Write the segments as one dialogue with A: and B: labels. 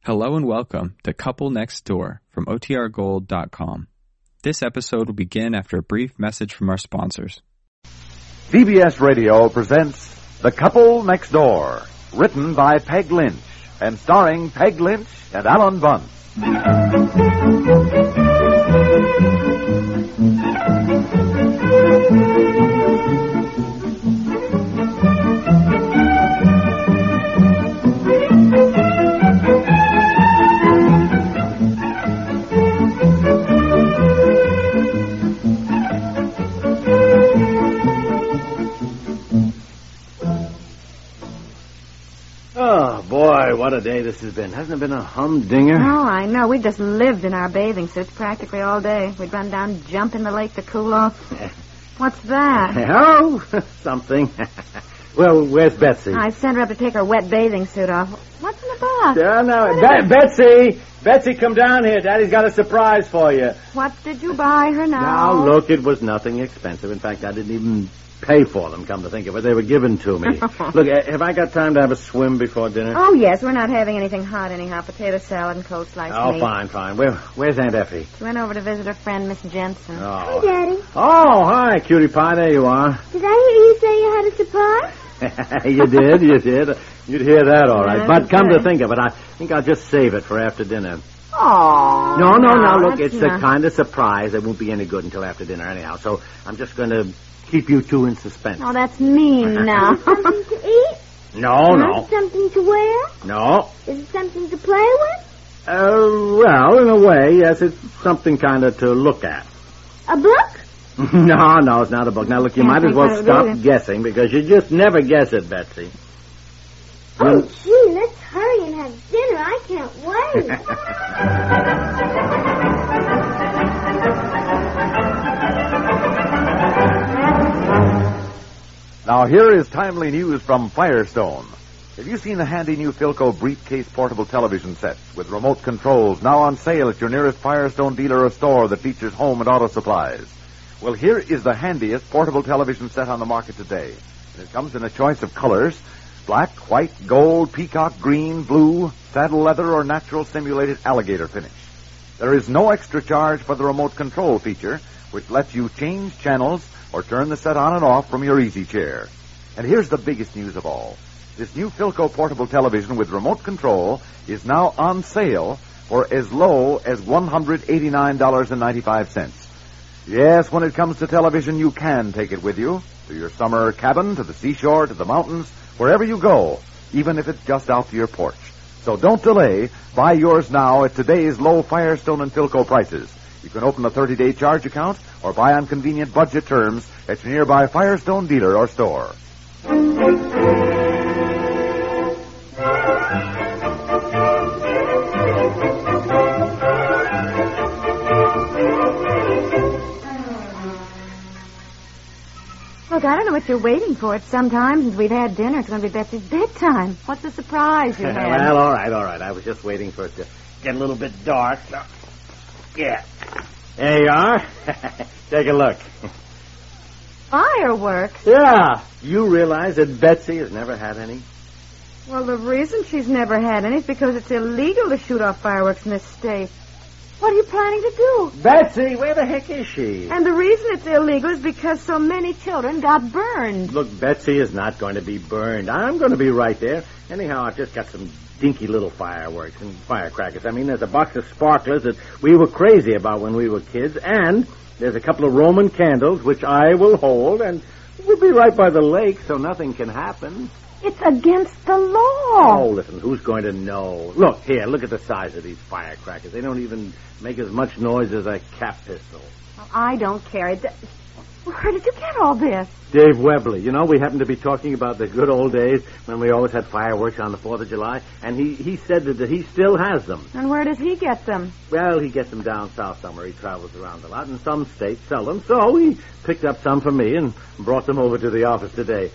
A: Hello and welcome to Couple Next Door from OTRGold.com. This episode will begin after a brief message from our sponsors.
B: CBS Radio presents The Couple Next Door, written by Peg Lynch and starring Peg Lynch and Alan Bunce.
C: Oh, boy, what a day this has been. Hasn't it been a humdinger?
D: Oh, I know. We just lived in our bathing suits practically all day. We'd run down, jump in the lake to cool off. What's that?
C: Oh, something. well, where's Betsy?
D: I sent her up to take her wet bathing suit off. What's in the box?
C: Yeah, no, Be- Betsy! Betsy, come down here. Daddy's got a surprise for you.
D: What did you buy her now?
C: Now, look, it was nothing expensive. In fact, I didn't even pay for them, come to think of it. They were given to me. look, eh, have I got time to have a swim before dinner?
D: Oh, yes, we're not having anything hot anyhow. Potato salad and cold sliced
C: Oh,
D: meat.
C: fine, fine. Where, where's Aunt Effie?
D: She went over to visit her friend, Miss Jensen.
C: Oh.
E: Daddy,
C: oh, hi, cutie pie. There you are.
E: did I hear you say you had a surprise?
C: you did, you did. You'd hear that, all right.
D: Yeah,
C: but come to
D: okay.
C: think of it, I think I'll just save it for after dinner.
D: Oh.
C: No, no, no. Look,
D: that's
C: it's the
D: not-
C: kind of surprise that won't be any good until after dinner, anyhow. So I'm just going to keep you two in suspense.
D: Oh, that's mean now.
E: Something to eat?
C: No,
E: Huh?
C: no,
E: Something to wear?
C: no.
E: Is it something to play with?
C: Uh, well, in a way, yes, it's something kind of to look at.
E: A book?
C: no, no, it's not a book. Now, look, you
D: Can't
C: might as
D: think
C: well
D: what it
C: stop
D: is.
C: guessing because you just never guess it, Betsy.
E: Oh,
C: You-
E: gee, let's hurry and have dinner. I can't wait.
B: Now here is timely news from Firestone. Have you seen the handy new Philco briefcase portable television sets with remote controls now on sale at your nearest Firestone dealer or store that features home and auto supplies? Well, here is the handiest portable television set on the market today. And it comes in a choice of colors black, white, gold, peacock, green, blue, saddle leather, or natural simulated alligator finish. There is no extra charge for the remote control feature, which lets you change channels or turn the set on and off from your easy chair. And here's the biggest news of all. This new Philco portable television with remote control is now on sale for as low as $189.95. Yes, when it comes to television, you can take it with you to your summer cabin, to the seashore, to the mountains, wherever you go, even if it's just out to your porch. So don't delay. Buy yours now at today's low Firestone and Philco prices. You can open a 30-day charge account or buy on convenient budget terms at your nearby Firestone dealer or store.
D: Look, I don't know what you're waiting for. It's sometime since we've had dinner. It's going to be Betsy's bedtime. What's the surprise you had?
C: well, all right, all right. I was just waiting for it to get a little bit dark. Yeah. There you are. Take a look.
D: Fireworks.
C: Yeah. You realize that Betsy has never had any?
D: Well, the reason she's never had any is because it's illegal to shoot off fireworks in this state. What are you planning to do?
C: Betsy, where the heck is she?
D: And the reason it's illegal is because so many children got burned.
C: Look, Betsy is not going to be burned. I'm going to be right there. Anyhow, I've just got some dinky little fireworks and firecrackers. I mean, there's a box of sparklers that we were crazy about when we were kids, and there's a couple of Roman candles which I will hold, and we'll be right by the lake, so nothing can happen.
D: It's against the
C: Oh,
D: law.
C: listen, who's going to know? Look, here, look at the size of these firecrackers. They don't even make as much noise as a cap pistol.
D: I don't care. It- Where did you get all this?
C: Dave Webley, you know, we happened to be talking about the good old days when we always had fireworks on the 4th of July, and he, he said that, that he still has them.
D: And where does he get them?
C: Well, he gets them down south somewhere. He travels around a lot, and some states sell them, so he picked up some for me and brought them over to the office today.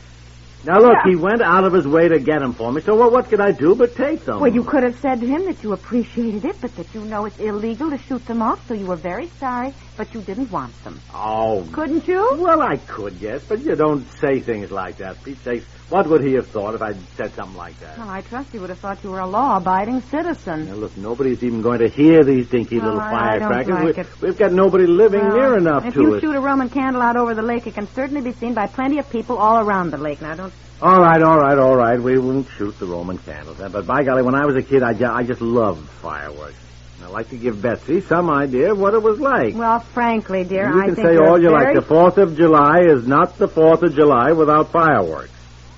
C: Now, look,
D: Yeah.
C: he went out of his way to get them for me, so what, what could I do but take them?
D: Well, you could have said to him that you appreciated it, but that you know it's illegal to shoot them off, so you were very sorry, but you didn't want them.
C: Oh,
D: Couldn't you?
C: well, I could, yes, but you don't say things like that. Pete sakes, what would he have thought if I'd said something like that?
D: Well, I trust he would have thought you were a law-abiding citizen.
C: Now, look, nobody's even going to hear these dinky
D: Well,
C: little
D: I- I don't
C: firecrackers.
D: like
C: we,
D: it.
C: We've got nobody living
D: Well,
C: near enough
D: if
C: to
D: you
C: us.
D: shoot a Roman candle out over the lake, it can certainly be seen by plenty of people all around the lake. Now, don't.
C: All right, all right, all right. We won't shoot the Roman candles. But by golly, when I was a kid, I, ju- I just loved fireworks. And I'd like to give Betsy some idea of what it was like.
D: Well, frankly, dear,
C: you
D: I
C: can
D: think
C: say
D: you're
C: all you
D: very...
C: like. The 4th of July is not the 4th of July without fireworks.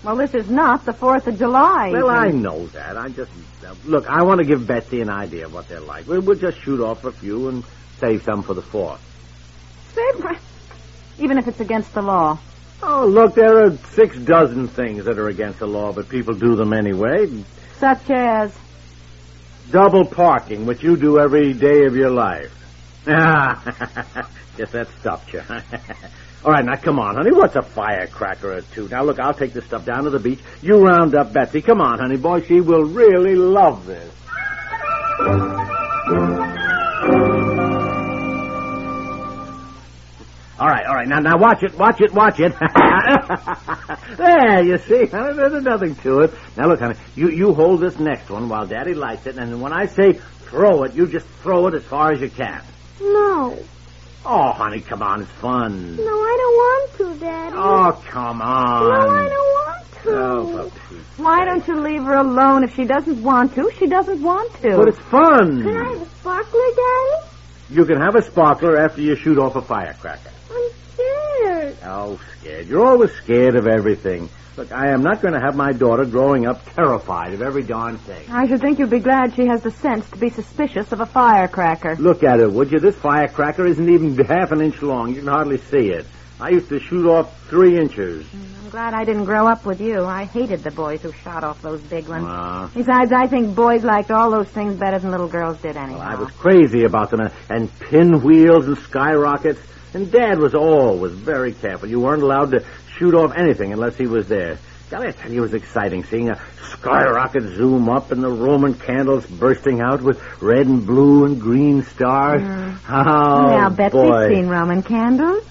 D: Well, this is not the Fourth of July.
C: Well, I
D: even.
C: know that. I just. uh, look, I want to give Betsy an idea of what they're like. We'll, we'll just shoot off a few and save some for the 4th.
D: Even if it's against the law.
C: Oh, look, there are six dozen things that are against the law, but people do them anyway.
D: Such as.
C: Double parking, which you do every day of your life. Ah, guess that stopped you. All right, now come on, honey. What's a firecracker or two? Now look, I'll take this stuff down to the beach. You round up Betsy. Come on, honey boy. She will really love this. All right, all right. Now, now, watch it, watch it, watch it. there, you see, honey, there's nothing to it. Now, look, honey, you, you hold this next one while Daddy lights it, and when I say throw it, you just throw it as far as you can.
E: No.
C: Oh, honey, come on, it's fun.
E: No, I don't want to, Daddy.
C: Oh, come on.
E: no, I don't want to.
C: Oh, for Pete's
D: Why
C: sake.
D: don't you leave her alone? If she doesn't want to, she doesn't want to.
C: But it's fun.
E: Can I have a sparkler, Daddy?
C: You can have a sparkler after you shoot off a firecracker.
E: I'm scared.
C: Oh, scared. You're always scared of everything. Look, I am not going to have my daughter growing up terrified of every darn thing.
D: I should think you'd be glad she has the sense to be suspicious of a firecracker.
C: Look at it, would you? This firecracker isn't even half an inch long. You can hardly see it. I used to shoot off three inches.
D: I'm glad I didn't grow up with you. I hated the boys who shot off those big ones.
C: Ah.
D: Besides, I think boys liked all those things better than little girls did anyhow.
C: Well, I was crazy about them, and, and pinwheels and skyrockets. And Dad was always very careful. You weren't allowed to shoot off anything unless he was there. Golly, I tell you, it was exciting seeing a skyrocket zoom up and the Roman candles bursting out with red and blue and green stars. Oh,
D: now, Betsy's
C: boy.
D: seen Roman candles.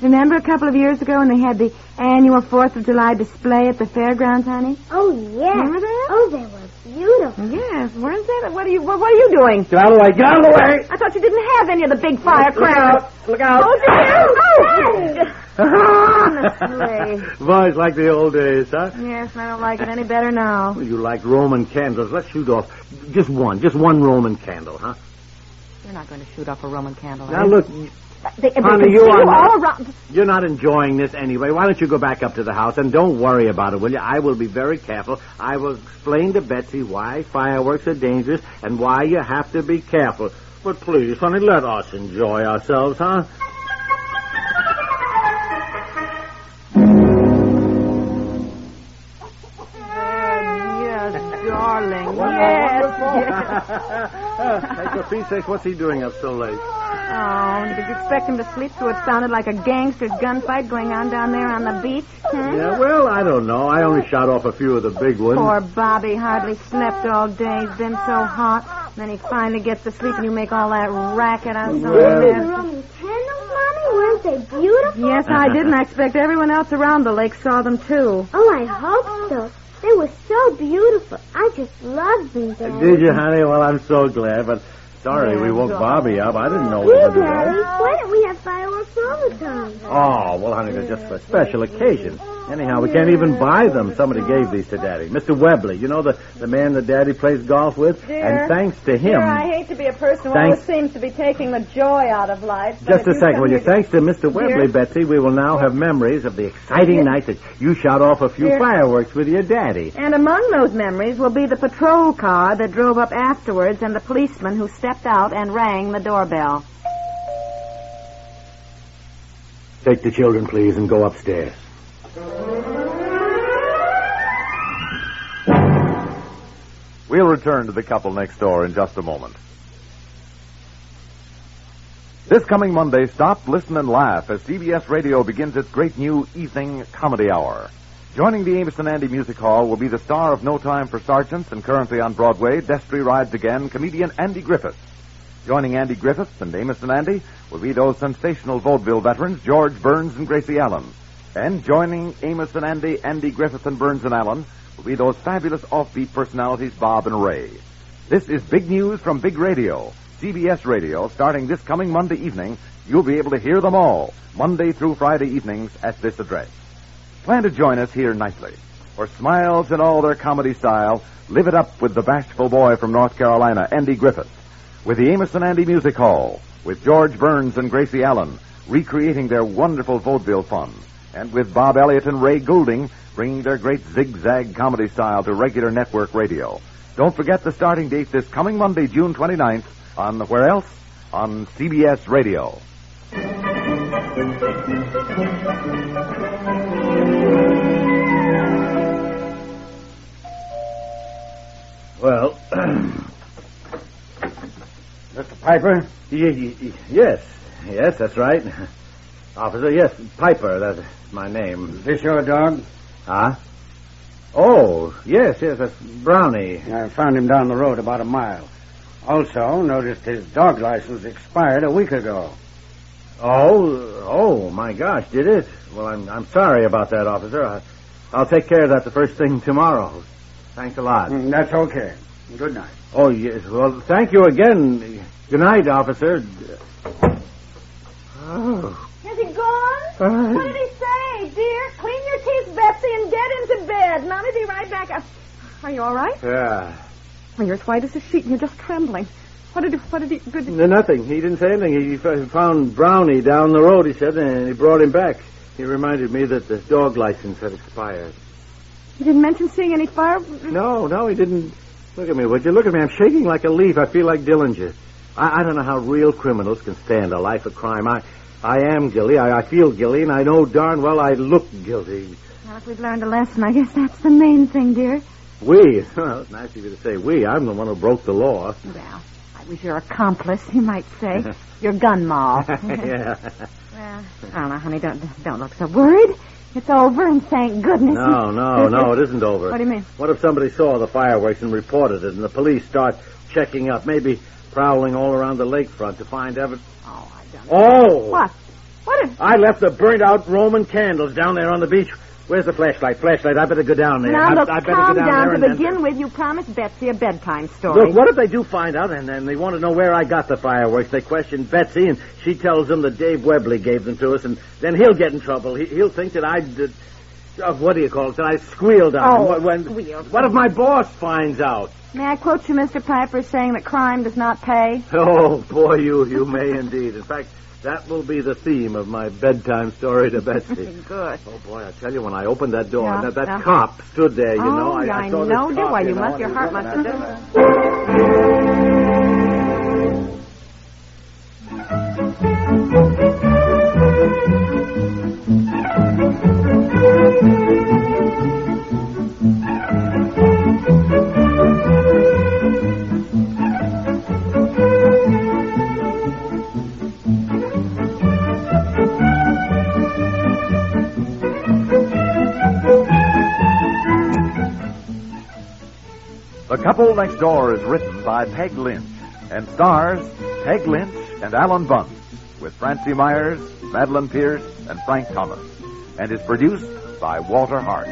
D: Remember a couple of years ago when they had the annual Fourth of July display at the fairgrounds, honey?
E: Oh, yes.
D: Remember that?
E: Oh, they were beautiful.
D: Yes, weren't they? What are you? What, what are you doing?
C: Get out of the way! Get out of the way!
D: I thought you didn't have any of the big firecrackers.
C: Look out!
D: Oh, dear. Oh, Honestly.
C: Boys like the old days, huh?
D: Yes, I don't like it any better now.
C: Well, you like Roman candles. Let's shoot off just one, just one Roman candle, huh?
D: You're not going to shoot off a Roman candle.
C: Now look,
D: they, they
C: Honey,
D: can
C: you
D: see
C: are not-
D: all around.
C: you're not enjoying this anyway. Why don't you go back up to the house and don't worry about it, will you? I will be very careful. I will explain to Betsy why fireworks are dangerous and why you have to be careful. But please, honey, let us enjoy ourselves, huh?
D: Yes, darling. Yes.
C: yes. hey, for Pete's sake, what's he doing up so late?
D: Oh, did you expect him to sleep through it? Sounded like a gangster's gunfight going on down there on the beach. Hmm?
C: Yeah, well, I don't know. I only shot off a few of the big ones.
D: Poor Bobby hardly slept all day. He's been so hot. Then he finally gets to sleep, and you make all that racket on so
C: Well-
E: The
D: nasty.
E: Roman candles, Mommy, weren't they beautiful?
D: Yes, I did, and I expect everyone else around the lake saw them too.
E: Oh, I hope so. They were so beautiful. I just loved them, Daddy.
C: Did you, honey? Well, I'm so glad, but sorry we woke Bobby up. I didn't know we
E: Gee,
C: were do
E: Daddy,
C: that.
E: why don't we have fireworks all the time?
C: Oh, well, honey, they're just for special occasion. Anyhow, we can't even buy them. Somebody gave these to Daddy. Mr. Webley, you know the, the man that Daddy plays golf with?
D: Dear.
C: and thanks to him.
D: Sure, I hate to be a person who
C: Thanks.
D: always seems to be taking the joy out of life. but
C: Just a
D: if
C: second,
D: come
C: will you?
D: here-
C: Thanks to Mr. Webley, Betsy, we will now have memories of the exciting night that you shot off a few
D: Dear.
C: fireworks with your daddy.
D: And among those memories will be the patrol car that drove up afterwards and the policeman who stepped out and rang the doorbell.
C: Take the children, please, and go upstairs.
B: We'll return to the couple next door in just a moment. This coming Monday, stop, listen, and laugh as CBS Radio begins its great new evening comedy hour. Joining the Amos and Andy Music Hall will be the star of No Time for Sergeants and currently on Broadway, Destry Rides Again, comedian Andy Griffiths. Joining Andy Griffiths and Amos and Andy will be those sensational vaudeville veterans George Burns and Gracie Allen. And joining Amos and Andy, Andy Griffith and Burns and Allen will be those fabulous offbeat personalities Bob and Ray. This is big news from Big Radio, CBS Radio, starting this coming Monday evening. You'll be able to hear them all Monday through Friday evenings at this address. Plan to join us here nightly, for smiles in all their comedy style, live it up with the bashful boy from North Carolina, Andy Griffith, with the Amos and Andy Music Hall, with George Burns and Gracie Allen, recreating their wonderful vaudeville fun, and with Bob Elliott and Ray Goulding, bringing their great zigzag comedy style to regular network radio. Don't forget the starting date this coming Monday, June 29th, on where else? On CBS Radio.
C: Well, Mr. Piper? yes, yes, that's right. Officer, yes, Piper, that's my name. Is this your dog? Huh? Oh, yes, yes, that's Brownie.
F: I found him down the road about a mile. Also, noticed his dog license expired a week ago.
C: Oh, oh, my gosh, did it? Well, I'm, I'm sorry about that, officer. I, I'll take care of that the first thing tomorrow. Thanks a lot.
F: Mm, That's okay. Good night.
C: Oh, yes. Well, thank you again. Good night, officer. Oh.
D: Is he gone?
C: Uh,
D: What did he say? Dear, clean your teeth, Betsy, and get into bed. Mommy, be right back. Uh, Are you all right?
C: Yeah.
D: Well, you're as white as a sheet, and you're just trembling. What did he, what did he, good,
C: No, nothing. He didn't say anything. He f- found Brownie down the road, he said, and he brought him back. He reminded me that the dog license had expired.
D: he didn't mention seeing any fire?
C: No, no, he didn't. Look at me, would you? Look at me. I'm shaking like a leaf. I feel like Dillinger. I, I don't know how real criminals can stand a life of crime. I, I am guilty. I, I feel guilty, and I know darn well I look guilty.
D: Well, if we've learned a lesson, I guess that's the main thing, dear.
C: We. Well, it's nice of you to say we. I'm the one who broke the law.
D: Well, I was your accomplice, you might say. your gun ma.
C: yeah.
D: well, I don't know, honey. Don't don't look so worried. It's over, and thank goodness.
C: No, no, no, it isn't over.
D: What do you mean?
C: What if somebody saw the fireworks and reported it, and the police start checking up, maybe prowling all around the lakefront to find evidence?
D: Oh, I don't.
C: Oh!
D: What? What if?
C: I left the burnt out Roman candles down there on the beach. Where's the flashlight? Flashlight, I better go down there.
D: now
C: I,
D: look,
C: I better
D: calm
C: go down, there
D: down.
C: and
D: to
C: then-
D: begin with, you promised Betsy a bedtime story.
C: Look, what if they do find out and then they want to know where I got the fireworks? They question Betsy and she tells them that Dave Webley gave them to us and then he'll get in trouble. He, he'll think that I did. Uh, what do you call it? That I squealed on
D: Oh,
C: him. When, when-
D: squealed.
C: What if my boss finds out?
D: May I quote you, Mr. Piper, as saying that crime does not pay?
C: Oh, boy, you, you may indeed. In fact, that will be the theme of my bedtime story to Betsy.
D: Good.
C: Oh boy, I tell you, when I opened that door,
D: Yeah,
C: that, that
D: yeah.
C: cop stood there. You
D: oh,
C: know,
D: yeah,
C: I, I saw this
D: know, do
C: cop,
D: I? You,
C: know,
D: must,
C: and
D: your
C: he
D: heart
C: was
D: must
C: looking
D: have.
C: at me.
B: The Couple Next Door is written by Peg Lynch and stars Peg Lynch and Alan Bunce with Francie Myers, Madeline Pierce, and Frank Thomas and is produced by Walter Hart.